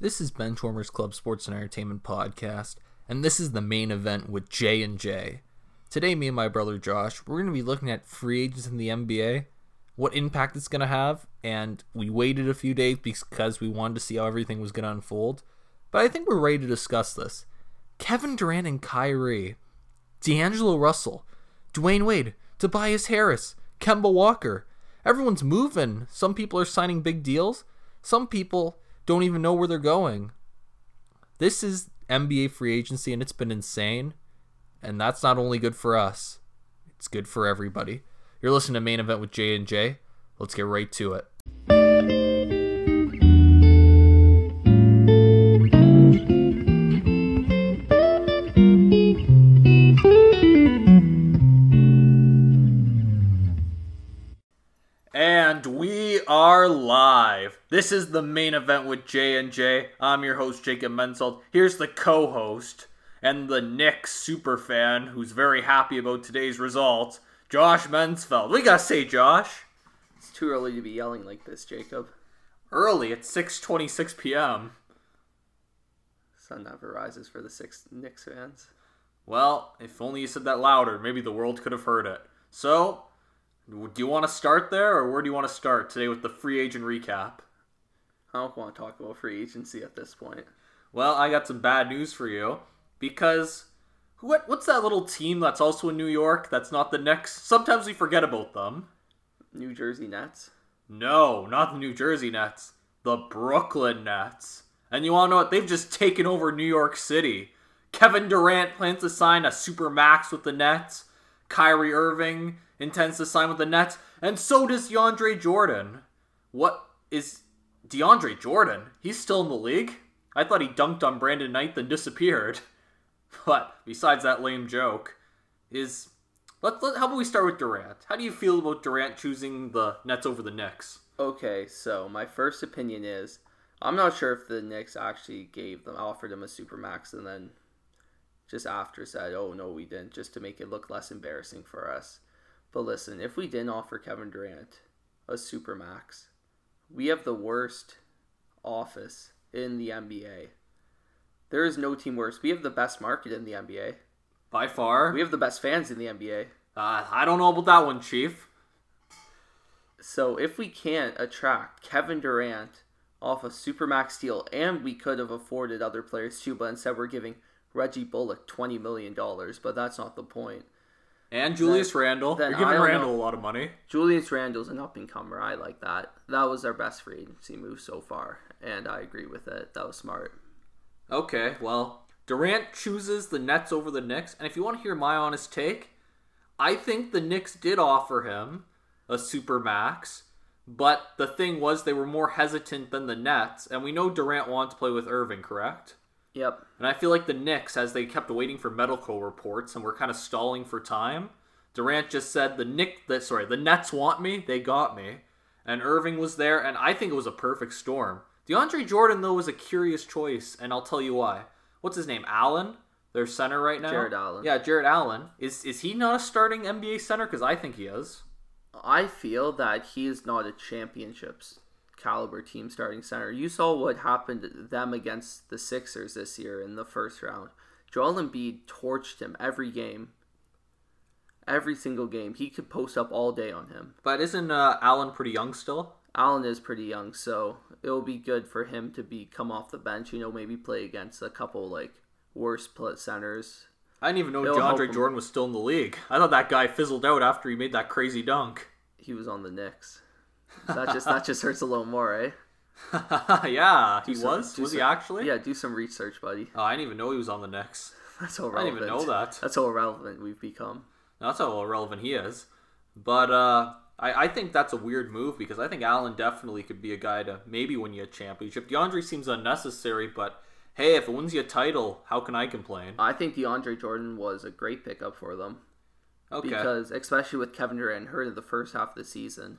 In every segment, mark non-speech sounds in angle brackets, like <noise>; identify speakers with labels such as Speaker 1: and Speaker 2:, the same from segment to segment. Speaker 1: This is Benchwarmers Club Sports and Entertainment Podcast, and this is the main event with J and J. Today, me and my brother Josh, we're going to be looking at free agents in the NBA, what impact it's going to have, and we waited a few days because we wanted to see how everything was going to unfold. But I think we're ready to discuss this. Kevin Durant and Kyrie, D'Angelo Russell, Dwayne Wade, Tobias Harris, Kemba Walker. Everyone's moving. Some people are signing big deals. Some people don't even know where they're going. This is NBA free agency and it's been insane. And that's not only good for us, it's good for everybody. You're listening to Main Event with J and J. Let's get right to it. And we are live. This is the main event with J and J. I'm your host Jacob Mensold. Here's the co-host and the Knicks superfan who's very happy about today's results, Josh Mensfeld. We gotta say, Josh,
Speaker 2: It's too early to be yelling like this, Jacob.
Speaker 1: early at 6:26 p.m.
Speaker 2: Sun never rises for the six Knicks fans.
Speaker 1: Well, if only you said that louder, maybe the world could have heard it. So, do you want to start there, or where do you want to start today with the free agent recap?
Speaker 2: I don't want to talk about free agency at this point.
Speaker 1: Well, I got some bad news for you because what what's that little team that's also in New York that's not the Knicks? Sometimes we forget about them.
Speaker 2: New Jersey Nets.
Speaker 1: No, not the New Jersey Nets, the Brooklyn Nets. And you all know what? They've just taken over New York City. Kevin Durant plans to sign a super max with the Nets. Kyrie Irving intends to sign with the Nets, and so does DeAndre Jordan. What is DeAndre Jordan? He's still in the league? I thought he dunked on Brandon Knight then disappeared. <laughs> But besides that lame joke, is let, let how about we start with Durant? How do you feel about Durant choosing the Nets over the Knicks?
Speaker 2: Okay, so my first opinion is I'm not sure if the Knicks actually gave them offered them a supermax and then just after said, "Oh no, we didn't," just to make it look less embarrassing for us. But listen, if we didn't offer Kevin Durant a supermax, we have the worst office in the NBA. There is no team worse. We have the best market in the NBA.
Speaker 1: By far,
Speaker 2: We have the best fans in the NBA.
Speaker 1: uh, I don't know about that one, Chief.
Speaker 2: So if we can't attract Kevin Durant off a supermax deal, and we could have afforded other players too, but instead we're giving Reggie Bullock twenty million dollars. But that's not the point.
Speaker 1: And Julius Randle.
Speaker 2: then
Speaker 1: You're giving
Speaker 2: I don't
Speaker 1: Randle
Speaker 2: know.
Speaker 1: a lot of money.
Speaker 2: Julius Randle's an up and comer. I like that. That was our best free agency move so far, and I agree with it. That was smart.
Speaker 1: Okay, well, Durant chooses the Nets over the Knicks, and if you want to hear my honest take, I think the Knicks did offer him a super max, but the thing was they were more hesitant than the Nets, and we know Durant wanted to play with Irving, correct?
Speaker 2: Yep.
Speaker 1: And I feel like the Knicks, as they kept waiting for medical reports and were kind of stalling for time, Durant just said the Nick that sorry, the Nets want me, they got me. And Irving was there, and I think it was a perfect storm. DeAndre Jordan though was a curious choice, and I'll tell you why. What's his name? Allen, their center right now.
Speaker 2: Jared Allen.
Speaker 1: Yeah, Jared Allen. Is is he not a starting NBA center? Because I think he is.
Speaker 2: I feel that he is not a championships caliber team starting center. You saw what happened to them against the Sixers this year in the first round. Joel Embiid torched him every game. Every single game. He could post up all day on him.
Speaker 1: But isn't uh, Allen pretty young still?
Speaker 2: Allen is pretty young, so it'll be good for him to be come off the bench, you know, maybe play against a couple like worse pl- centers.
Speaker 1: I didn't even know
Speaker 2: It'll help him.
Speaker 1: DeAndre Jordan was still in the league. I thought that guy fizzled out after he made that crazy dunk.
Speaker 2: He was on the Knicks. That just that just hurts a little more, eh?
Speaker 1: <laughs> yeah, he
Speaker 2: some-
Speaker 1: was.
Speaker 2: do
Speaker 1: Was he
Speaker 2: some-
Speaker 1: <laughs> actually?
Speaker 2: Yeah, do some research, buddy.
Speaker 1: Oh, I didn't even know he was on the Knicks.
Speaker 2: That's all
Speaker 1: I
Speaker 2: relevant.
Speaker 1: didn't even know that.
Speaker 2: That's how irrelevant we've become.
Speaker 1: That's how irrelevant he is. But uh, I, I think that's a weird move because I think Allen definitely could be a guy to maybe win you a championship. DeAndre seems unnecessary, but hey, if it wins you a title, how can I complain?
Speaker 2: I think DeAndre Jordan was a great pickup for them
Speaker 1: Okay.
Speaker 2: because, especially with Kevin Durant hurt in the first half of the season,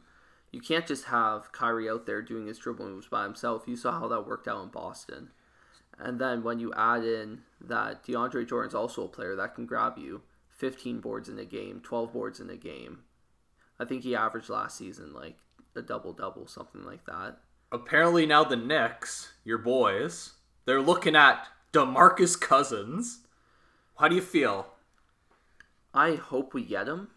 Speaker 2: you can't just have Kyrie out there doing his dribble moves by himself. You saw how that worked out in Boston. And then when you add in that DeAndre Jordan's also a player that can grab you 15 boards in a game, 12 boards in a game. I think he averaged last season like a double double, something like that.
Speaker 1: apparently now the Knicks, your boys, they're looking at DeMarcus Cousins. How do you feel?
Speaker 2: I hope we get him.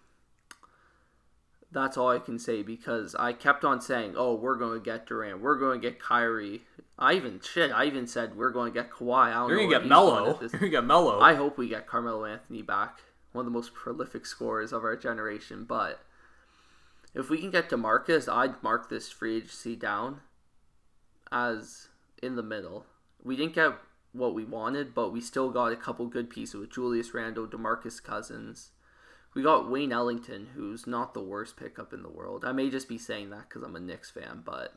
Speaker 2: That's all I can say because I kept on saying, "Oh, we're going to get Durant. We're going to get Kyrie." I even shit. I even said we're going to get Kawhi. I don't
Speaker 1: You're
Speaker 2: know
Speaker 1: gonna
Speaker 2: where
Speaker 1: get
Speaker 2: he's
Speaker 1: mellow. <laughs>
Speaker 2: going
Speaker 1: You're
Speaker 2: at this-
Speaker 1: gonna get mellow.
Speaker 2: I hope we get Carmelo Anthony back, one of the most prolific scorers of our generation. But if we can get Demarcus, I'd mark this free agency down as in the middle. We didn't get what we wanted, but we still got a couple good pieces with Julius Randle, Demarcus Cousins. We got Wayne Ellington, who's not the worst pickup in the world. I may just be saying that because I'm a Knicks fan, but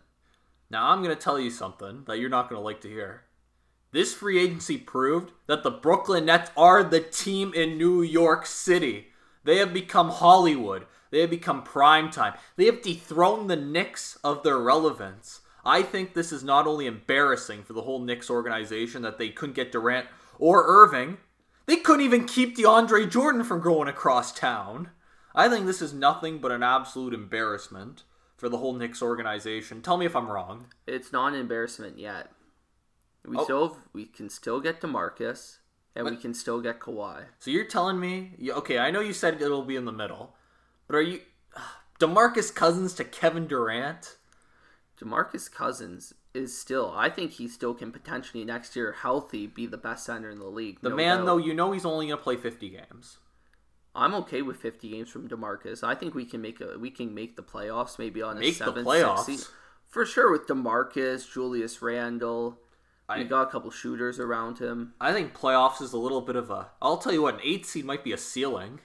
Speaker 1: Now I'm going to tell you something that you're not going to like to hear. This free agency proved that the Brooklyn Nets are the team in New York City. They have become Hollywood. They have become prime time. They have dethroned the Knicks of their relevance. I think this is not only embarrassing for the whole Knicks organization that they couldn't get Durant or Irving, they couldn't even keep DeAndre Jordan from going across town. I think this is nothing but an absolute embarrassment for the whole Knicks organization. Tell me if I'm wrong.
Speaker 2: it's not an embarrassment yet. We
Speaker 1: Oh.
Speaker 2: still we can still get Demarcus, and we can still get Kawhi.
Speaker 1: So you're telling me, you- okay, I know you said it'll be in the middle, but are you <sighs> Demarcus Cousins to Kevin Durant?
Speaker 2: Demarcus Cousins is still. I think he still can potentially next year healthy be the best center in the league.
Speaker 1: The man, though, you know he's only gonna play 50 games.
Speaker 2: I'm okay with 50 games from Demarcus. I think we can make a we can make the playoffs maybe on a
Speaker 1: Make the
Speaker 2: seventh,
Speaker 1: playoffs?
Speaker 2: sixth seed. for sure with Demarcus, Julius Randle.
Speaker 1: I-
Speaker 2: We got a couple shooters around him.
Speaker 1: I think playoffs is a little bit of a. I'll tell you what, an eight seed might be a ceiling.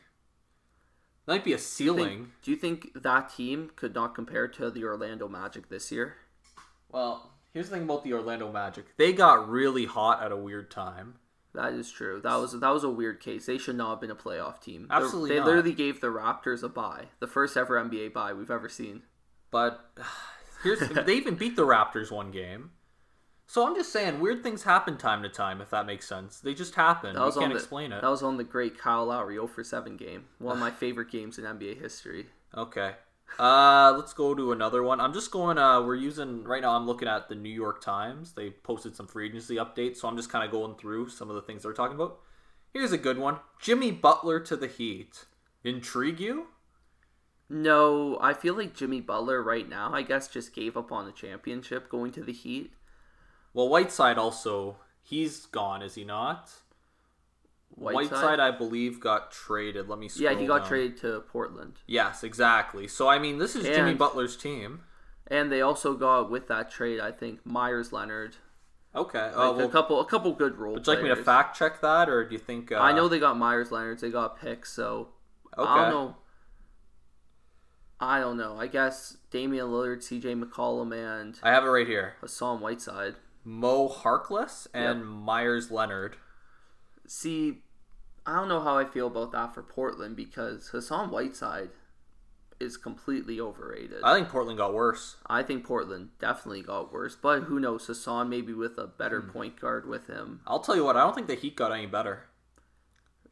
Speaker 1: Might be a
Speaker 2: Think-
Speaker 1: ceiling.
Speaker 2: do you think that team could not compare to the Orlando Magic this year?
Speaker 1: Well, here's the thing about the Orlando Magic. They got really hot at a weird time.
Speaker 2: That is true. That was that was a weird case. They should not have been a playoff team. The-
Speaker 1: Absolutely
Speaker 2: they
Speaker 1: not.
Speaker 2: literally gave the Raptors a bye, the first ever NBA bye we've ever seen.
Speaker 1: But <sighs> here's they even beat the Raptors one game. So I'm just saying, weird things happen time to time. If that makes sense, they just happen.
Speaker 2: That was
Speaker 1: we
Speaker 2: on
Speaker 1: can't
Speaker 2: the,
Speaker 1: explain it.
Speaker 2: That was on the great Kyle Lowry 0 for 7 game. One of my favorite games in NBA history.
Speaker 1: Okay. Uh, let's go to another one. I'm just going. Uh, we're using right now. I'm looking at the New York Times. They posted some free agency updates, so I'm just kind of going through some of the things they're talking about. Here's a good one: Jimmy Butler to the Heat. Intrigue you?
Speaker 2: No, I feel like Jimmy Butler right now, I guess, just gave up on the championship going to the Heat.
Speaker 1: Well, Whiteside also he's gone, is he not? Whiteside, I believe, got traded. Let me. Scroll
Speaker 2: yeah, he got
Speaker 1: down.
Speaker 2: traded to Portland.
Speaker 1: Yes, exactly. So I mean, this is Jimmy
Speaker 2: And-
Speaker 1: Butler's team.
Speaker 2: And they also got with that trade, I think, Myers Leonard.
Speaker 1: Okay.
Speaker 2: Like,
Speaker 1: Oh, well,
Speaker 2: a couple a couple good role
Speaker 1: would you like me to
Speaker 2: players.
Speaker 1: fact check that, or do you think? Uh,
Speaker 2: I know they got Myers Leonards, they got picks, so I
Speaker 1: Okay.
Speaker 2: don't know. I don't know. I guess Damian Lillard, CJ McCollum, and
Speaker 1: I have it right here.
Speaker 2: Hassan Whiteside.
Speaker 1: Mo Harkless and Myers Leonard.
Speaker 2: See, I don't know how I feel about that for Portland because Hassan Whiteside is completely overrated.
Speaker 1: I think Portland got worse.
Speaker 2: I think Portland definitely got worse, but who knows? Hassan maybe with a better
Speaker 1: Hmm.
Speaker 2: point guard with him
Speaker 1: I'll tell you what, I don't think the Heat got any better.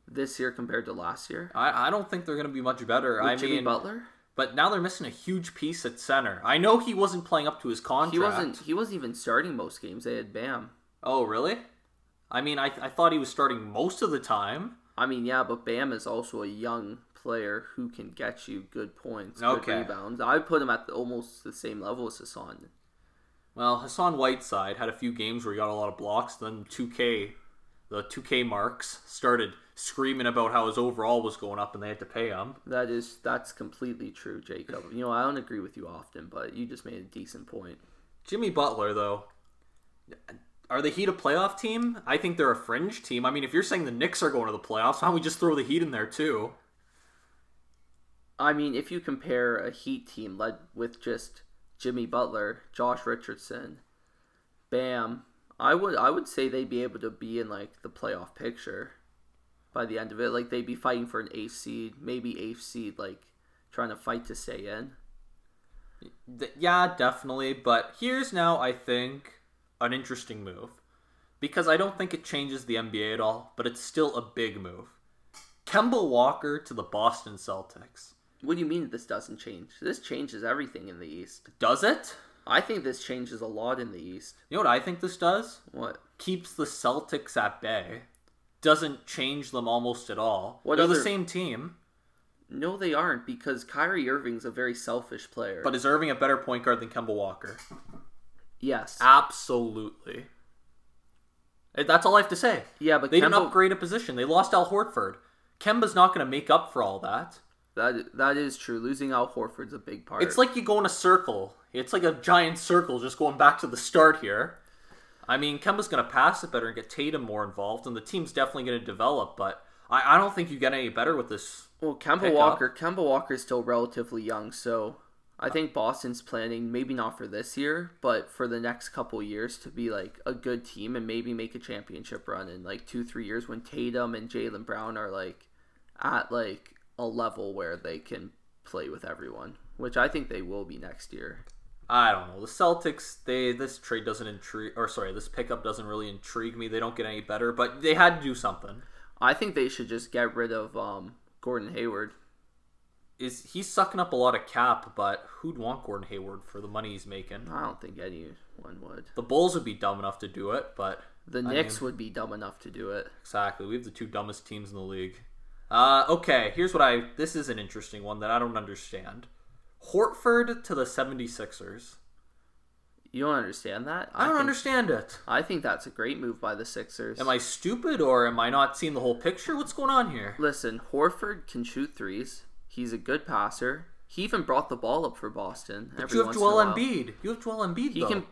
Speaker 2: this year compared to last year.
Speaker 1: I, I don't think they're going to be much better.
Speaker 2: With
Speaker 1: I
Speaker 2: Jimmy
Speaker 1: mean,
Speaker 2: Butler,
Speaker 1: but now they're missing a huge piece at center. I know he wasn't playing up to his contract.
Speaker 2: he wasn't. He wasn't even starting most games. They had Bam.
Speaker 1: Oh, really? I mean, I, I thought he was starting most of the time.
Speaker 2: I mean, yeah, but Bam is also a young player who can get you good points,
Speaker 1: Okay.
Speaker 2: good rebounds. I would put him at the, almost the same level as Hassan.
Speaker 1: Well, Hassan Whiteside had a few games where he got a lot of blocks. Then 2K, the 2K marks started screaming about how his overall was going up and they had to pay him.
Speaker 2: That is that's completely true, Jacob. You know, I don't agree with you often, but you just made a decent point.
Speaker 1: Jimmy Butler, though, are the Heat a playoff team? I think they're a fringe team. I mean, if you're saying the Knicks are going to the playoffs, why don't we just throw the Heat in there too?
Speaker 2: I mean, if you compare a Heat team led with just Jimmy Butler, Josh Richardson, Bam, I would I would say they'd be able to be in like the playoff picture by the end of it. Like they'd be fighting for an eighth seed, maybe eighth seed, like trying to fight to stay in.
Speaker 1: Th- yeah, definitely. But here's now, I think, an interesting move because I don't think it changes the NBA at all, but it's still a big move. Kemba Walker to the Boston Celtics.
Speaker 2: What do you mean this doesn't change? This changes everything in the East.
Speaker 1: Does it?
Speaker 2: I think this changes a lot in the East.
Speaker 1: You know what I think this does?
Speaker 2: What?
Speaker 1: Keeps the Celtics at bay. Doesn't change them almost at all.
Speaker 2: What
Speaker 1: They're the
Speaker 2: other-
Speaker 1: same team,
Speaker 2: No, they aren't because Kyrie Irving's a very selfish player.
Speaker 1: but is Irving a better point guard than Kemba Walker?
Speaker 2: yes,
Speaker 1: Absolutely. Eh, That's all I have to say.
Speaker 2: yeah, but
Speaker 1: They didn't
Speaker 2: Kemba-
Speaker 1: upgrade a position. They lost Al Hortford. Kemba's not going to make up for all that.
Speaker 2: that that is true. Losing Al Horford's a big part.
Speaker 1: It's like you go in a circle. It's like a giant circle just going back to the start here. I mean, Kemba's going to pass it better and get Tatum more involved, and the team's definitely going to develop, but I, I don't think you get any better with this.
Speaker 2: well, Kemba
Speaker 1: pick
Speaker 2: Walker. Kemba Walker's still relatively young, so I think Boston's planning maybe not for this year, but for the next couple years to be like a good team and maybe make a championship run in like two three years when Tatum and Jalen Brown are like at like a level where they can play with everyone, which I think they will be next year.
Speaker 1: I don't know. The Celtics, they this trade doesn't intrigue, or sorry, this pickup doesn't really intrigue me. They don't get any better, but they had to do something.
Speaker 2: I think they should just get rid of um, Gordon Hayward.
Speaker 1: Is he's sucking up a lot of cap, but who'd want Gordon Hayward for the money he's making?
Speaker 2: I don't think anyone would.
Speaker 1: The Bulls would be dumb enough to do it, but
Speaker 2: The Knicks would be dumb enough to do it.
Speaker 1: Exactly. We have the two dumbest teams in the league. Uh, okay, here's what I. This is an interesting one that I don't understand. Hortford to the 76ers.
Speaker 2: You don't understand that?
Speaker 1: I don't
Speaker 2: think,
Speaker 1: understand it.
Speaker 2: I think that's a great move by the Sixers.
Speaker 1: Am I stupid or am I not seeing the whole picture? What's going on here?
Speaker 2: Listen, Horford can shoot threes. He's a good passer. He even brought the ball up for Boston. But
Speaker 1: You have Joel Embiid. You have Joel Embiid,
Speaker 2: He
Speaker 1: though.
Speaker 2: can.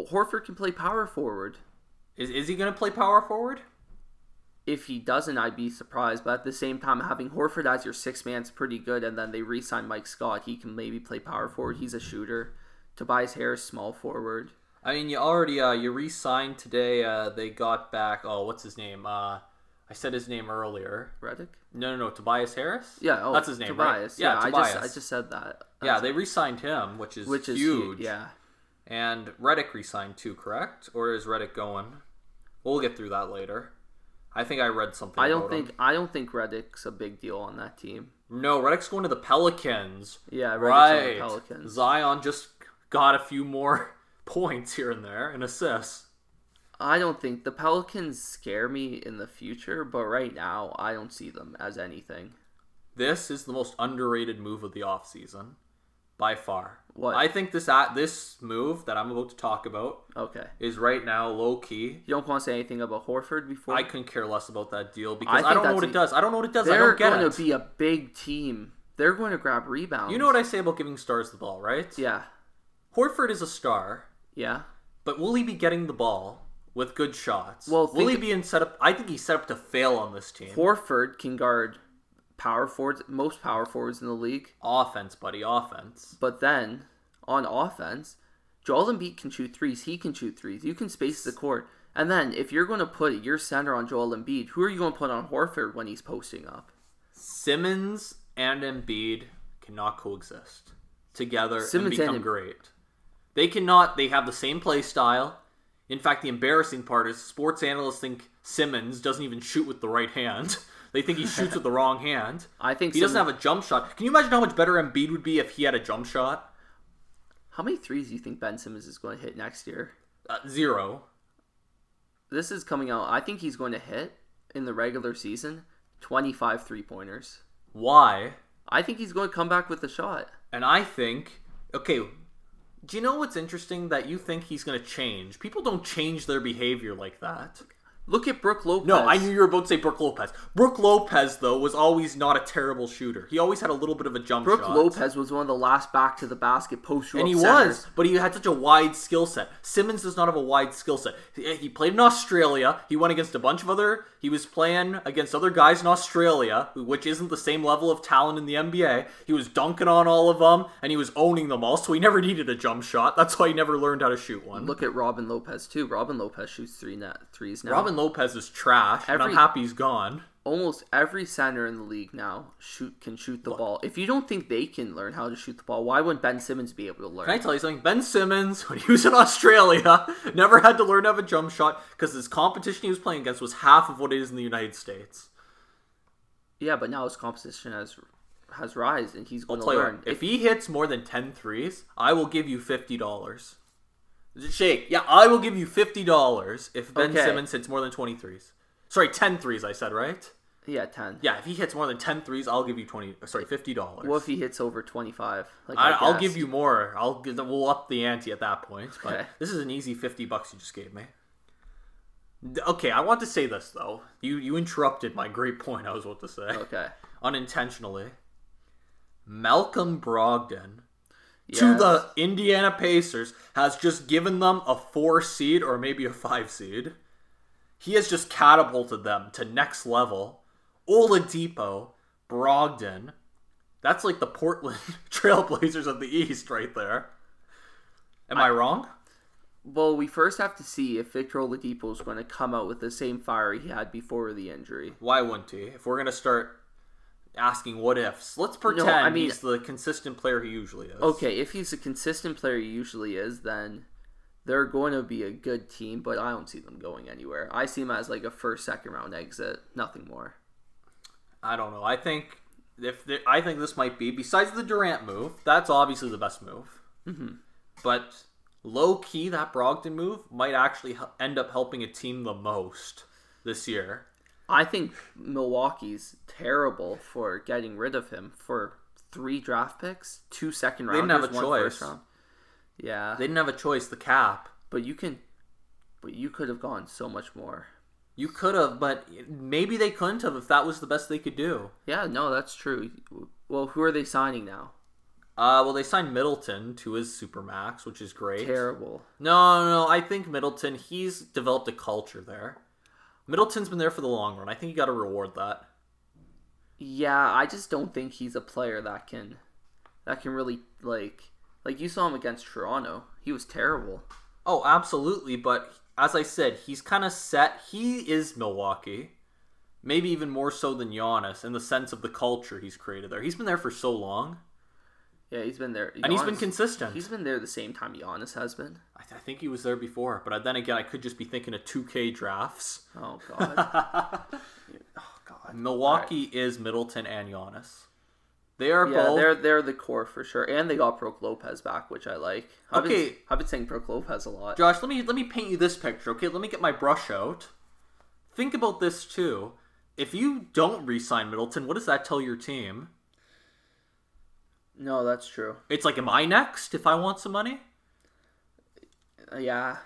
Speaker 2: Horford can play power forward.
Speaker 1: Is, is he going to play power forward?
Speaker 2: If he doesn't, I'd be surprised. But at the same time, having Horford as your sixth man's pretty good. And then they re-sign Mike Scott. He can maybe play power forward. He's a shooter. Tobias Harris, small forward.
Speaker 1: I mean, you already uh, you re-signed today. Uh, they got back. Oh, what's his name? Uh, I said his name earlier.
Speaker 2: Reddick.
Speaker 1: No, no, no. Tobias Harris.
Speaker 2: Yeah, oh,
Speaker 1: that's his name, right?
Speaker 2: Tobias. Yeah,
Speaker 1: Tobias.
Speaker 2: I just I just said that.
Speaker 1: yeah, they re-signed him, which is
Speaker 2: which is
Speaker 1: huge.
Speaker 2: huge. Yeah,
Speaker 1: And Reddick resigned too, correct? Or is Reddick going? We'll get through that later. I think I read something.
Speaker 2: I don't
Speaker 1: about him.
Speaker 2: think I don't think Reddick's a big deal on that team.
Speaker 1: No, Reddick's going to the Pelicans.
Speaker 2: Yeah, Reddick's on the
Speaker 1: right.
Speaker 2: Pelicans.
Speaker 1: Zion just got a few more <laughs> points here and there and assists.
Speaker 2: I don't think the Pelicans scare me in the future, but right now I don't see them as anything.
Speaker 1: This is the most underrated move of the offseason by far.
Speaker 2: What?
Speaker 1: I think this at this move that I'm about to talk about
Speaker 2: Okay,
Speaker 1: is right now low key.
Speaker 2: you don't want to say anything about Horford before
Speaker 1: I couldn't care less about that deal because I,
Speaker 2: think
Speaker 1: don't know
Speaker 2: that's
Speaker 1: what it
Speaker 2: a-
Speaker 1: does. I don't know what it does. I
Speaker 2: they're
Speaker 1: don't get
Speaker 2: going
Speaker 1: it.
Speaker 2: to be a big team. They're going to grab rebounds.
Speaker 1: You know what I say about giving stars the ball, right?
Speaker 2: Yeah,
Speaker 1: Horford is a star,
Speaker 2: yeah.
Speaker 1: but will he be getting the ball with good shots?
Speaker 2: Well,
Speaker 1: will he
Speaker 2: think-
Speaker 1: be in setup? I think he's set up to fail on this team.
Speaker 2: Horford can guard power forwards, most power forwards in the league.
Speaker 1: offense, buddy, offense.
Speaker 2: But then on offense, Joel Embiid can shoot threes. He can shoot threes. You can space the court. And then if you're going to put your center on Joel Embiid, who are you going to put on Horford when he's posting up?
Speaker 1: Simmons and Embiid cannot coexist together
Speaker 2: Simmons
Speaker 1: and become
Speaker 2: and Em-
Speaker 1: great. They cannot. They have the same play style. In fact, the embarrassing part is sports analysts think Simmons doesn't even shoot with the right hand. <laughs> They think he shoots
Speaker 2: <laughs>
Speaker 1: with the wrong hand.
Speaker 2: I think
Speaker 1: He doesn't have a jump shot. Can you imagine how much better Embiid would be if he had a jump shot?
Speaker 2: How many threes do you think Ben Simmons is going to hit next year?
Speaker 1: Uh, zero.
Speaker 2: This is coming out. I think he's going to hit in the regular season 25 three pointers.
Speaker 1: Why?
Speaker 2: I think he's going to come back with a shot.
Speaker 1: And I think, okay, do you know what's interesting that you think he's going to change? People don't change their behavior like that.
Speaker 2: Look at Brooke Lopez.
Speaker 1: No, I knew you were about to say Brooke Lopez. Brooke Lopez, though, was always not a terrible shooter. He always had a little bit of a jump
Speaker 2: Brooke
Speaker 1: shot.
Speaker 2: Lopez was one of the last back to the basket post
Speaker 1: And he was, but he had such a wide skill set. Simmons does not have a wide skill set. He he played in Australia. He went against a bunch of other. He was playing against other guys in Australia, which isn't the same level of talent in the NBA. He was dunking on all of them, and he was owning them all. So he never needed a jump shot. That's why he never learned how to shoot one.
Speaker 2: Look at Robin Lopez too. Robin Lopez shoots three net threes now.
Speaker 1: Robin Lopez is trash, and I'm
Speaker 2: Every-
Speaker 1: happy he's gone.
Speaker 2: almost every center in the league now shoot can shoot the ball. If you don't think they can learn how to shoot the ball, why wouldn't Ben Simmons be able to learn?
Speaker 1: Can I tell you something? Ben Simmons, <laughs> when he was in Australia, never had to learn how to have a jump shot because his competition he was playing against was half of what it is in the United States.
Speaker 2: yeah, but now his competition has has rise and he's going to
Speaker 1: Tell you
Speaker 2: learn.
Speaker 1: what, if he hits more than 10 threes, I will give you $50. Shake. Yeah, I will give you fifty dollars if Ben
Speaker 2: Okay.
Speaker 1: Simmons hits more than 20 threes. Sorry, 10 threes I said, right?
Speaker 2: Yeah, ten.
Speaker 1: Yeah, if he hits more than 10 threes, I'll give you 20 sorry, $50.
Speaker 2: What if he hits over twenty five? Like
Speaker 1: I, I'll
Speaker 2: guessed.
Speaker 1: give you more. I'll give, we'll up the ante at that point. But
Speaker 2: Okay.
Speaker 1: this is an easy fifty bucks you just gave me. D- Okay, I want to say this though. You you interrupted my great point I was about to say
Speaker 2: <laughs> Okay.
Speaker 1: unintentionally. Malcolm Brogdon to
Speaker 2: Yes.
Speaker 1: the Indiana Pacers has just given them a four seed or maybe a five seed. He has just catapulted them to next level. Oladipo, Brogdon. That's like the Portland <laughs> Trailblazers of the East right there. Am I, wrong?
Speaker 2: Well, we first have to see if Victor Oladipo is going to come out with the same fire he had before the injury.
Speaker 1: Why wouldn't he? If we're going to start asking what ifs, let's pretend
Speaker 2: I mean-
Speaker 1: he's the consistent player he usually is.
Speaker 2: Okay, if he's a consistent player he usually is, then they're going to be a good team, but I don't see them going anywhere. I see them as like a first, second round exit, nothing more.
Speaker 1: I don't know. I think if the I think this might be besides the Durant move, that's obviously the best move. But low key, that Brogdon move might actually hel- end up helping a team the most this year.
Speaker 2: I think Milwaukee's terrible for getting rid of him for three draft picks, two second
Speaker 1: didn't
Speaker 2: rounders,
Speaker 1: have a
Speaker 2: one
Speaker 1: choice.
Speaker 2: first round. Yeah,
Speaker 1: They didn't have a choice. The cap.
Speaker 2: but you can, but you could have gone so much more.
Speaker 1: You could have, but maybe they couldn't have if that was the best they could do.
Speaker 2: Yeah, no, that's true. Well, who are they signing now?
Speaker 1: Uh, well, they signed Middleton to his supermax, which is great.
Speaker 2: Terrible.
Speaker 1: No, no, no, I think Middleton. He's developed a culture there. Middleton's been there for the long run. I think you got to reward that.
Speaker 2: Yeah, I just don't think he's a player that can that can really like like you saw him against Toronto. He was terrible.
Speaker 1: Oh, absolutely. But as I said, he's kind of set. He is Milwaukee, maybe even more so than Giannis in the sense of the culture he's created there. He's been there for so long,
Speaker 2: Yeah, he's been there.
Speaker 1: and he's been
Speaker 2: Giannis-
Speaker 1: consistent.
Speaker 2: He's been there the same time Giannis has been.
Speaker 1: I, th- I think he was there before, but then again, I could just be thinking of 2K drafts.
Speaker 2: Oh
Speaker 1: <laughs>
Speaker 2: god. Oh,
Speaker 1: Milwaukee is Middleton and Giannis. They are
Speaker 2: yeah,
Speaker 1: both.
Speaker 2: they're they're the core for sure. And they got Brooke Lopez back, which I like. I've Been,
Speaker 1: Okay.
Speaker 2: I've been saying Brooke Lopez a lot.
Speaker 1: Josh, let me let me paint you this picture, okay? Let me get my brush out. Think about this too. If you don't re-sign Middleton, what does that tell your team?
Speaker 2: No, that's true.
Speaker 1: It's like, am I next if I want some money?
Speaker 2: Uh, Yeah.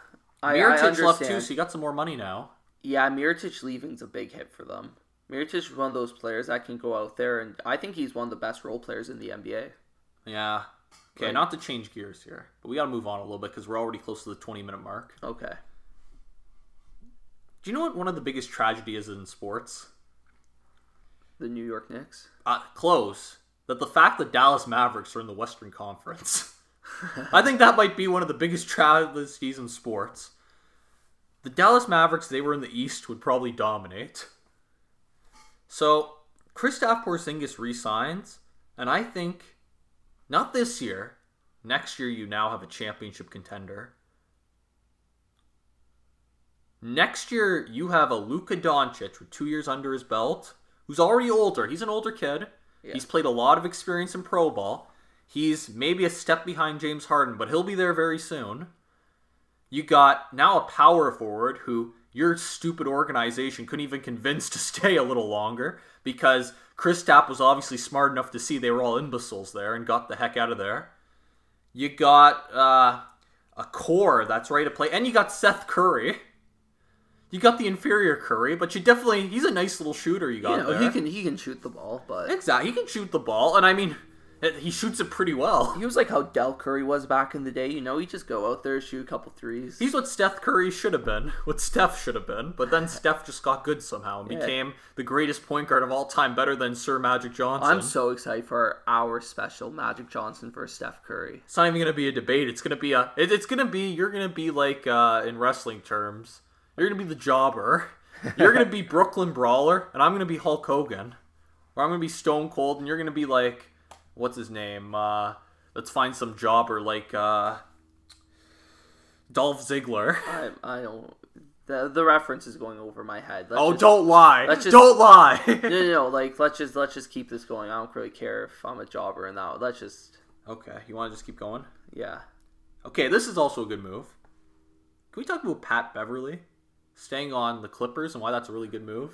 Speaker 2: I, I
Speaker 1: Miritich
Speaker 2: understand.
Speaker 1: left too, so you got some more money now.
Speaker 2: Yeah, Miritich leaving's a big hit for them. Miritich is one of those players that can go out there, and I think he's one of the best role players in the NBA.
Speaker 1: Yeah. Okay,
Speaker 2: Right.
Speaker 1: not to change gears here, but we got to move on a little bit because we're already close to the 20 minute mark.
Speaker 2: Okay.
Speaker 1: Do you know what one of the biggest tragedy is in sports?
Speaker 2: The New York Knicks.
Speaker 1: Uh, close. That the fact that Dallas Mavericks are in the Western Conference. <laughs> I think that might be one of the biggest <laughs> tragedies in sports. The Dallas Mavericks, they were in the East, would probably dominate. So, Kristaps Porzingis resigns, and I think not this year. Next year, you now have a championship contender. Next year, you have a Luka Doncic with two years under his belt, who's already older. He's an older kid. He's played a lot of experience in pro ball. He's maybe a step behind James Harden, but he'll be there very soon. You got now a power forward who your stupid organization couldn't even convince <laughs> to stay a little longer because Chris Tapp was obviously smart enough to see they were all imbeciles there and got the heck out of there. You got uh, a core that's ready to play, and you got Seth Curry. You got the inferior Curry, but you definitely—he's a nice little shooter. You got
Speaker 2: You know,
Speaker 1: there.
Speaker 2: he can he can shoot the ball, but
Speaker 1: Exactly. He can shoot the ball, and I mean, it- he shoots it pretty well.
Speaker 2: he was like how Del Curry was back in the day. You know, he just go out there shoot a couple threes.
Speaker 1: He's what Steph Curry should have been, <laughs> what Steph should have been, but then Steph just got good somehow and
Speaker 2: Yeah.
Speaker 1: became the greatest point guard of all time, better than Sir Magic Johnson.
Speaker 2: I'm so excited for our special Magic Johnson versus Steph Curry.
Speaker 1: it's not even gonna be a debate. It's gonna be a. It, it's gonna be. You're gonna be like uh, in wrestling terms. You're gonna be the
Speaker 2: <laughs>
Speaker 1: jobber. You're gonna be Brooklyn Brawler, and I'm gonna be Hulk Hogan, or I'm gonna be Stone Cold, and you're gonna be like, what's his name? Uh, let's find some jobber like uh, Dolph Ziggler. <laughs>
Speaker 2: I I don't the the reference is going over my head. Let's
Speaker 1: Oh, <laughs>
Speaker 2: just,
Speaker 1: don't lie!
Speaker 2: let's just-
Speaker 1: don't
Speaker 2: <laughs>
Speaker 1: lie!
Speaker 2: no, no no like let's just let's just keep this going. I don't really care if I'm a jobber and that. Let's just
Speaker 1: okay, you want to just keep going?
Speaker 2: yeah.
Speaker 1: Okay, this is also a good move. Can we talk about Pat Beverly staying on the Clippers and why that's a really good move?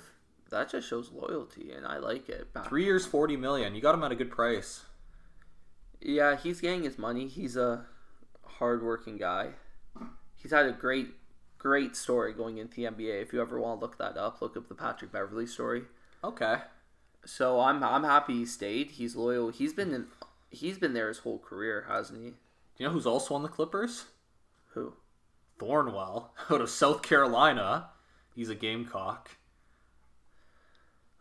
Speaker 2: That just shows loyalty, and I like it. Back-
Speaker 1: Three years, forty million. You got him at a good price.
Speaker 2: Yeah, he's getting his money. He's a hardworking guy. He's had a great, great story going into the NBA. If you ever want to look that up, look up the Patrick Beverly story.
Speaker 1: Okay.
Speaker 2: So I'm I'm happy he stayed. He's loyal. He's been in, he's been there his whole career, hasn't he?
Speaker 1: Do you know who's also on the Clippers?
Speaker 2: Who?
Speaker 1: Thornwell <laughs> out of South Carolina. He's a Gamecock.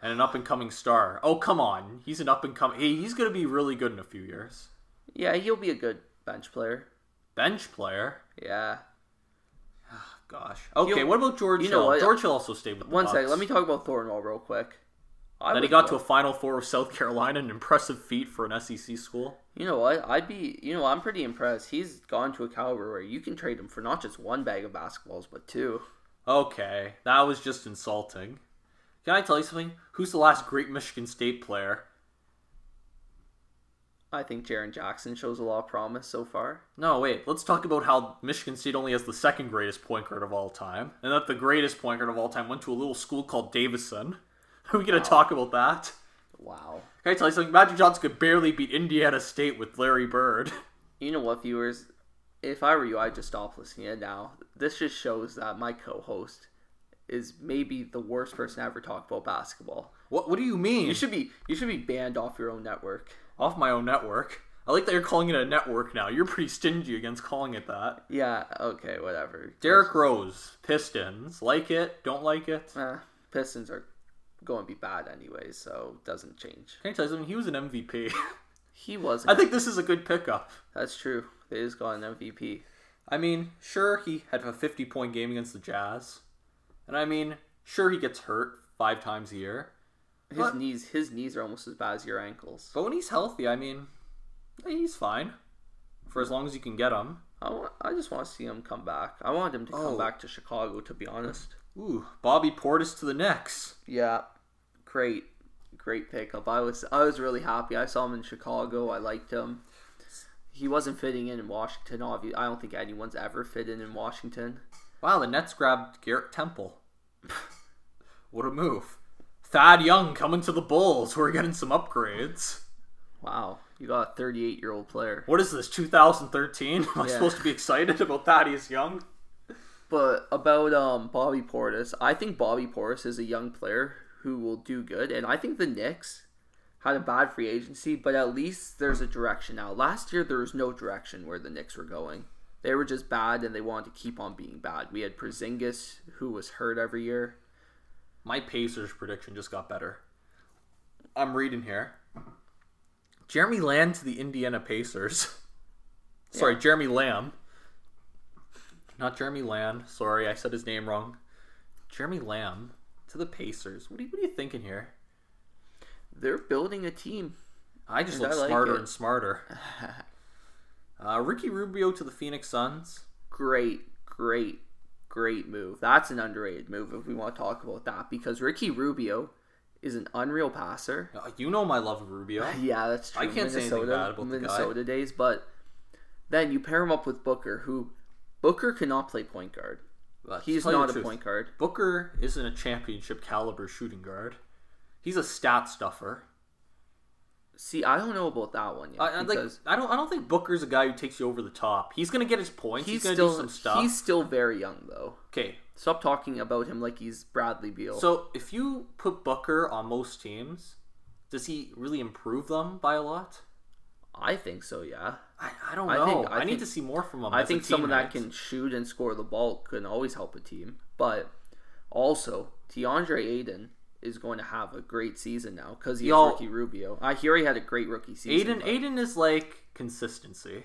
Speaker 1: And an up and coming star. Oh come on, he's an up and coming. Hey, he's gonna be really good in a few years.
Speaker 2: Yeah, he'll be a good bench player.
Speaker 1: Bench player.
Speaker 2: Yeah.
Speaker 1: Gosh. Okay.
Speaker 2: He'll-
Speaker 1: what about George
Speaker 2: you know
Speaker 1: Hill?
Speaker 2: what?
Speaker 1: George Hill also stayed with the
Speaker 2: One
Speaker 1: Bucks.
Speaker 2: sec. Let me talk about Thornwell real quick. I
Speaker 1: Then he
Speaker 2: would
Speaker 1: got to
Speaker 2: love-
Speaker 1: a Final Four with South Carolina, an impressive feat for an SEC school.
Speaker 2: You know what? I'd be. You know, I'm pretty impressed. He's gone to a caliber where you can trade him for not just one bag of basketballs, but two.
Speaker 1: Okay, that was just insulting. Can I tell you something? Who's the last great Michigan State player?
Speaker 2: I think Jaron Jackson shows a lot of promise so far.
Speaker 1: No, wait. Let's talk about how Michigan State only has the second greatest point guard of all time, and that the greatest point guard of all time went to a little school called Davison. <laughs> Are we gonna talk about that?
Speaker 2: Wow.
Speaker 1: Can I tell you something? Magic Johnson could barely beat Indiana State with Larry Bird.
Speaker 2: You know what, viewers? If I were you, I'd just stop listening to it now. This just shows that my co-host is maybe the worst person I ever talked about basketball.
Speaker 1: <laughs> What? What do you mean?
Speaker 2: You should be. You should be banned off your own network.
Speaker 1: off my own network. I like that you're calling it a network now. You're pretty stingy against calling it that.
Speaker 2: Yeah. Okay. Whatever.
Speaker 1: Derek Rose, Pistons. Like it? Don't like it?
Speaker 2: Eh, Pistons are going to be bad anyway, so it doesn't change.
Speaker 1: Can I tell you something? He was an MVP.
Speaker 2: He
Speaker 1: <laughs>
Speaker 2: wasn't.
Speaker 1: I think this is a good pickup.
Speaker 2: that's true. They just got an MVP.
Speaker 1: I mean, sure, he had a 50 point game against the Jazz. And I mean, sure, he gets hurt five times a year.
Speaker 2: His
Speaker 1: What?
Speaker 2: knees, his knees are almost as bad as your ankles.
Speaker 1: But when he's healthy, I mean, he's fine. For as long as you can get him.
Speaker 2: I, wa- I just want to see him come back. I want him to come
Speaker 1: Oh.
Speaker 2: back to Chicago, to be honest.
Speaker 1: Ooh, Bobby Portis to the Knicks.
Speaker 2: Yeah, great, great pickup. I was I was really happy. I saw him in Chicago. I liked him. He wasn't fitting in in Washington. Obviously, I don't think anyone's ever fit in in Washington.
Speaker 1: Wow, the Nets grabbed Garrett Temple. <laughs> what a move. Thad Young coming to the Bulls. We're getting some upgrades.
Speaker 2: Wow, you got a 38 year old player.
Speaker 1: What is this, 2013? <laughs> Am I
Speaker 2: Yeah.
Speaker 1: supposed to be excited about Thaddeus Young?
Speaker 2: But about um Bobby Portis, I think Bobby Portis is a young player who will do good, and I think the Knicks had a bad free agency, but at least there's a direction now. Last year there was no direction where the Knicks were going. They were just bad, and they wanted to keep on being bad. We had Porzingis, who was hurt every year.
Speaker 1: My Pacers prediction just got better. I'm reading here. Jeremy Lamb to the Indiana Pacers. <laughs> sorry, Jeremy Lamb. Not Jeremy Lamb. Sorry, I said his name wrong. Jeremy Lamb to the Pacers. What are you, what are you thinking here?
Speaker 2: They're building a team.
Speaker 1: I just
Speaker 2: And
Speaker 1: look
Speaker 2: I like
Speaker 1: smarter
Speaker 2: it.
Speaker 1: and smarter.
Speaker 2: <laughs>
Speaker 1: uh, Ricky Rubio to the Phoenix Suns.
Speaker 2: Great, great, great move. That's an underrated move if we want to talk about that because Ricky Rubio is an unreal passer.
Speaker 1: Uh, you know my love of Rubio.
Speaker 2: <laughs> Yeah, that's true.
Speaker 1: I can't say anything bad about the guy.
Speaker 2: Minnesota days, but then you pair him up with Booker, who Booker cannot play point guard.
Speaker 1: But to
Speaker 2: He's
Speaker 1: tell you
Speaker 2: not
Speaker 1: the
Speaker 2: a
Speaker 1: truth,
Speaker 2: point guard.
Speaker 1: Booker isn't a championship caliber shooting guard. He's a stat stuffer.
Speaker 2: See, I don't know about that one yet
Speaker 1: I, I, like,
Speaker 2: because
Speaker 1: I don't. I don't think Booker's a guy who takes you over the top. He's gonna get his points. He's,
Speaker 2: he's
Speaker 1: gonna
Speaker 2: still
Speaker 1: do some stuff.
Speaker 2: he's still very young though.
Speaker 1: Okay,
Speaker 2: Stop talking about him like he's Bradley Beal.
Speaker 1: so if you put Booker on most teams, does he really improve them by a lot?
Speaker 2: I think so, yeah.
Speaker 1: I, I don't
Speaker 2: I
Speaker 1: know. I,
Speaker 2: think- I
Speaker 1: need
Speaker 2: think-
Speaker 1: to see more from him.
Speaker 2: I
Speaker 1: as a
Speaker 2: think someone that
Speaker 1: teammate.
Speaker 2: can shoot and score the ball can always help a team. But also, DeAndre Aiden is going to have a great season now because he
Speaker 1: Y'all-
Speaker 2: has Ricky Rubio. I hear he had a great rookie season.
Speaker 1: Aiden
Speaker 2: but-
Speaker 1: Aiden is like consistency.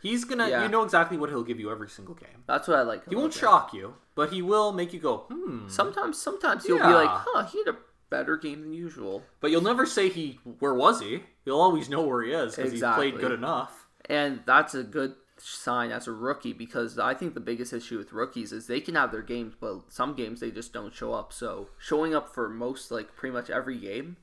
Speaker 1: He's gonna
Speaker 2: Yeah.
Speaker 1: you know exactly what he'll give you every single game.
Speaker 2: That's what I like.
Speaker 1: He won't shock you, but he will make you go, hmm.
Speaker 2: Sometimes, sometimes he'll be
Speaker 1: Yeah.
Speaker 2: like, "Huh, he had a better game than usual,"
Speaker 1: But you'll never say he where was he? You'll always know where he is because he's
Speaker 2: Exactly.
Speaker 1: played good enough.
Speaker 2: and that's a good sign as a rookie because I think the biggest issue with rookies is they can have their games, but some games they just don't show up. So showing up for most, like pretty much every game,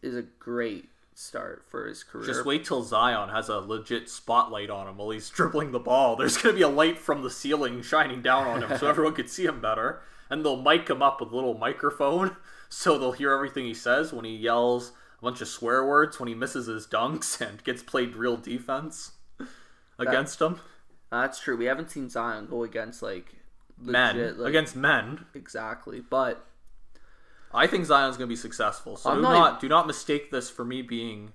Speaker 2: is a great, start for his career.
Speaker 1: Just wait till Zion has a legit spotlight on him while he's <laughs> dribbling the ball. There's going to be a light from the ceiling shining down on
Speaker 2: <laughs>
Speaker 1: him so everyone could see him better. And they'll mic him up with a little microphone <laughs> so they'll hear everything he says when he yells a bunch of swear words, when he misses his dunks <laughs> and gets played real defense against him.
Speaker 2: That's true. We haven't seen Zion go against like
Speaker 1: Men.
Speaker 2: legit, like-
Speaker 1: against men.
Speaker 2: exactly, but
Speaker 1: I think Zion's going to be successful. So
Speaker 2: I'm
Speaker 1: do
Speaker 2: not e-
Speaker 1: not, do not mistake this for me being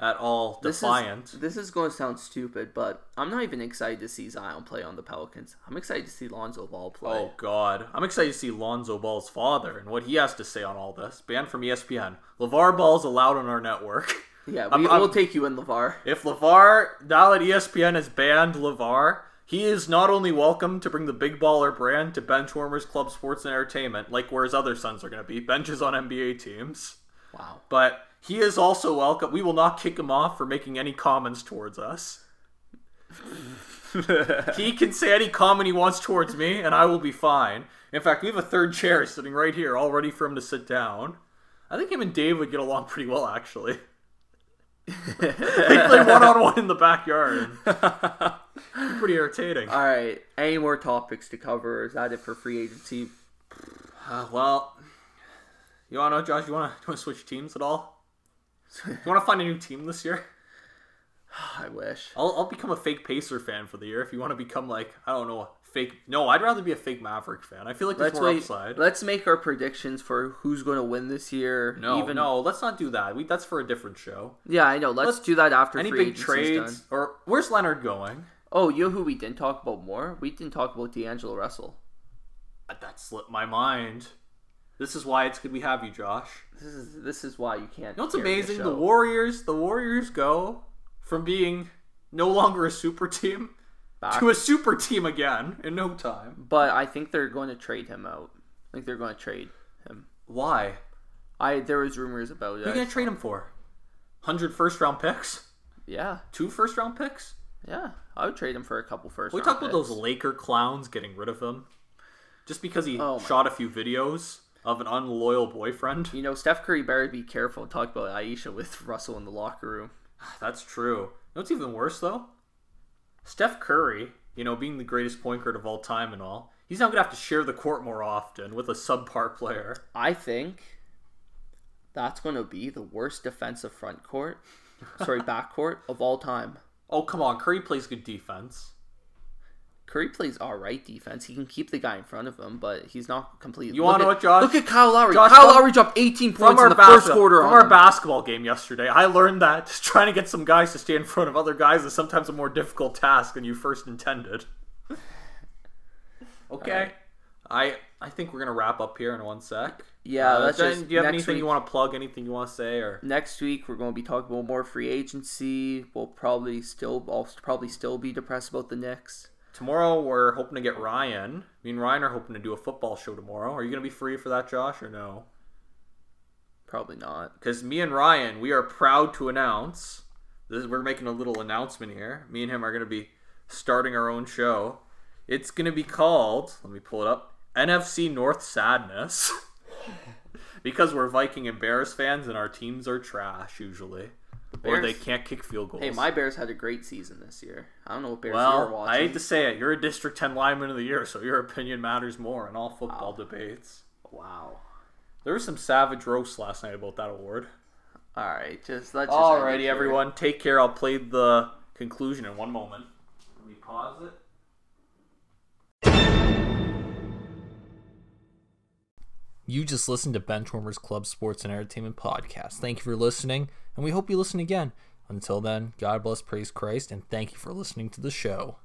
Speaker 1: at all
Speaker 2: this is-
Speaker 1: defiant.
Speaker 2: This is, going to sound stupid, but I'm not even excited to see Zion play on the Pelicans. I'm excited to see Lonzo Ball play.
Speaker 1: Oh God, I'm excited to see Lonzo Ball's father and what he has to say on all this. Banned from E ESPN. Levar Ball's allowed on our network. <laughs>
Speaker 2: yeah,
Speaker 1: I'm-
Speaker 2: we,
Speaker 1: I'm-
Speaker 2: will take you in Levar.
Speaker 1: If Levar now that E ESPN has banned Levar, he is not only welcome to bring the Big Baller brand to Benchwarmers Club Sports and Entertainment, like where his other sons are going to be benches on NBA teams,
Speaker 2: Wow.
Speaker 1: but he is also welcome. We will not kick him off for making any comments towards us. he can say any comment he wants towards me, and I will be fine. In fact, we have a third chair sitting right here, all ready for him to sit down. I think him and Dave would get along pretty well, actually. they play one on one in the backyard. pretty irritating.
Speaker 2: All right. Any more topics to cover? Is that it for free
Speaker 1: <sighs>
Speaker 2: agency?
Speaker 1: Uh, well, you wanna know, Josh? You wanna, you wanna switch teams at all? You wanna find a new team this year?
Speaker 2: I wish.
Speaker 1: I'll, I'll become a fake Pacer fan for the year if you want to become like I don't know fake. No, I'd rather be a fake Maverick fan. I feel like there's
Speaker 2: Let's
Speaker 1: more
Speaker 2: wait.
Speaker 1: upside.
Speaker 2: Let's make our predictions for who's going to win this year.
Speaker 1: no,
Speaker 2: even,
Speaker 1: no, let's not do that. We, that's for a different show.
Speaker 2: Yeah, I know. Let's,
Speaker 1: Let's-
Speaker 2: do that after
Speaker 1: Any
Speaker 2: free
Speaker 1: big
Speaker 2: agency's
Speaker 1: trades
Speaker 2: done.
Speaker 1: or where's Leonard going?
Speaker 2: Oh, you know who we didn't talk about more? We didn't talk about D'Angelo Russell.
Speaker 1: Uh, That slipped my mind. This is why it's good we have you, Josh.
Speaker 2: This is this is why you can't.
Speaker 1: You know what's
Speaker 2: carry
Speaker 1: amazing? The
Speaker 2: show.
Speaker 1: Warriors, the Warriors go from being no longer a super team
Speaker 2: Back.
Speaker 1: to a super team again in no time.
Speaker 2: But I think they're going to trade him out. I think they're going to trade him.
Speaker 1: Why?
Speaker 2: I there was rumors about
Speaker 1: What are you
Speaker 2: it.
Speaker 1: gonna trade him for? 100 first round picks?
Speaker 2: Yeah,
Speaker 1: Two first round picks?
Speaker 2: yeah. I would trade him for a couple first.
Speaker 1: We
Speaker 2: round
Speaker 1: talked about
Speaker 2: picks.
Speaker 1: those Laker clowns getting rid of him just because he
Speaker 2: Oh my-
Speaker 1: shot a few videos of an unloyal boyfriend.
Speaker 2: You know, Steph Curry better be careful. Talk about Aisha with <laughs> Russell in the locker room.
Speaker 1: <laughs> That's true. You know what's even worse though? Steph Curry, you know, being the greatest point guard of all time and all, he's now gonna have to share the court more often with a subpar player.
Speaker 2: I think that's going to be the worst defensive front court,
Speaker 1: <laughs>
Speaker 2: sorry, back court of all time.
Speaker 1: Oh come on, Curry plays good defense.
Speaker 2: Curry plays all right defense. He can keep the guy in front of him, but he's not completely.
Speaker 1: You
Speaker 2: look
Speaker 1: wanna
Speaker 2: at-
Speaker 1: know what, Josh?
Speaker 2: Look at Kyle Lowry.
Speaker 1: Josh,
Speaker 2: Kyle
Speaker 1: from-
Speaker 2: Lowry dropped 18
Speaker 1: From
Speaker 2: points in
Speaker 1: our,
Speaker 2: the
Speaker 1: bas-
Speaker 2: first quarter.
Speaker 1: from
Speaker 2: on
Speaker 1: our
Speaker 2: him.
Speaker 1: basketball game yesterday, I learned that <laughs> just trying to get some guys to stay in front of other guys is sometimes a more difficult task than you first
Speaker 2: <laughs>
Speaker 1: intended. okay, I I think we're gonna wrap up here in one sec.
Speaker 2: Yeah,
Speaker 1: Uh,
Speaker 2: let's
Speaker 1: Jen,
Speaker 2: just-
Speaker 1: do you have
Speaker 2: next
Speaker 1: anything
Speaker 2: week-
Speaker 1: you want to plug? Anything you want to say? Or
Speaker 2: next week we're going to be talking about more free agency. We'll probably still, I'll probably still be depressed about the Knicks.
Speaker 1: tomorrow we're hoping to get Ryan. Me and Ryan are hoping to do a football show tomorrow. Are you gonna be free for that, Josh, or no?
Speaker 2: Probably not.
Speaker 1: because me and Ryan, we are proud to announce. This is, we're making a little announcement here. Me and him are going to be starting our own show. It's going to be called. Let me pull it up. NFC North Sadness, <laughs> because we're Viking and Bears fans, and our teams are trash usually, or they
Speaker 2: Bears-
Speaker 1: can't kick field goals.
Speaker 2: Hey, my Bears had a great season this year. I don't know what Bears you were
Speaker 1: well,
Speaker 2: watching.
Speaker 1: I hate to say it, you're a District 10 lineman of the year, so your opinion matters more in all football debates.
Speaker 2: Wow.
Speaker 1: There was some savage roast last night about that award.
Speaker 2: All right, just let's. just end it
Speaker 1: Alrighty,
Speaker 2: here.
Speaker 1: everyone, take care. I'll play the conclusion in one moment. Let me pause it.
Speaker 3: You just listened to Benchwarmers Club Sports and Entertainment Podcast. Thank you for listening, and we hope you listen again. Until then, God bless, praise Christ, and thank you for listening to the show.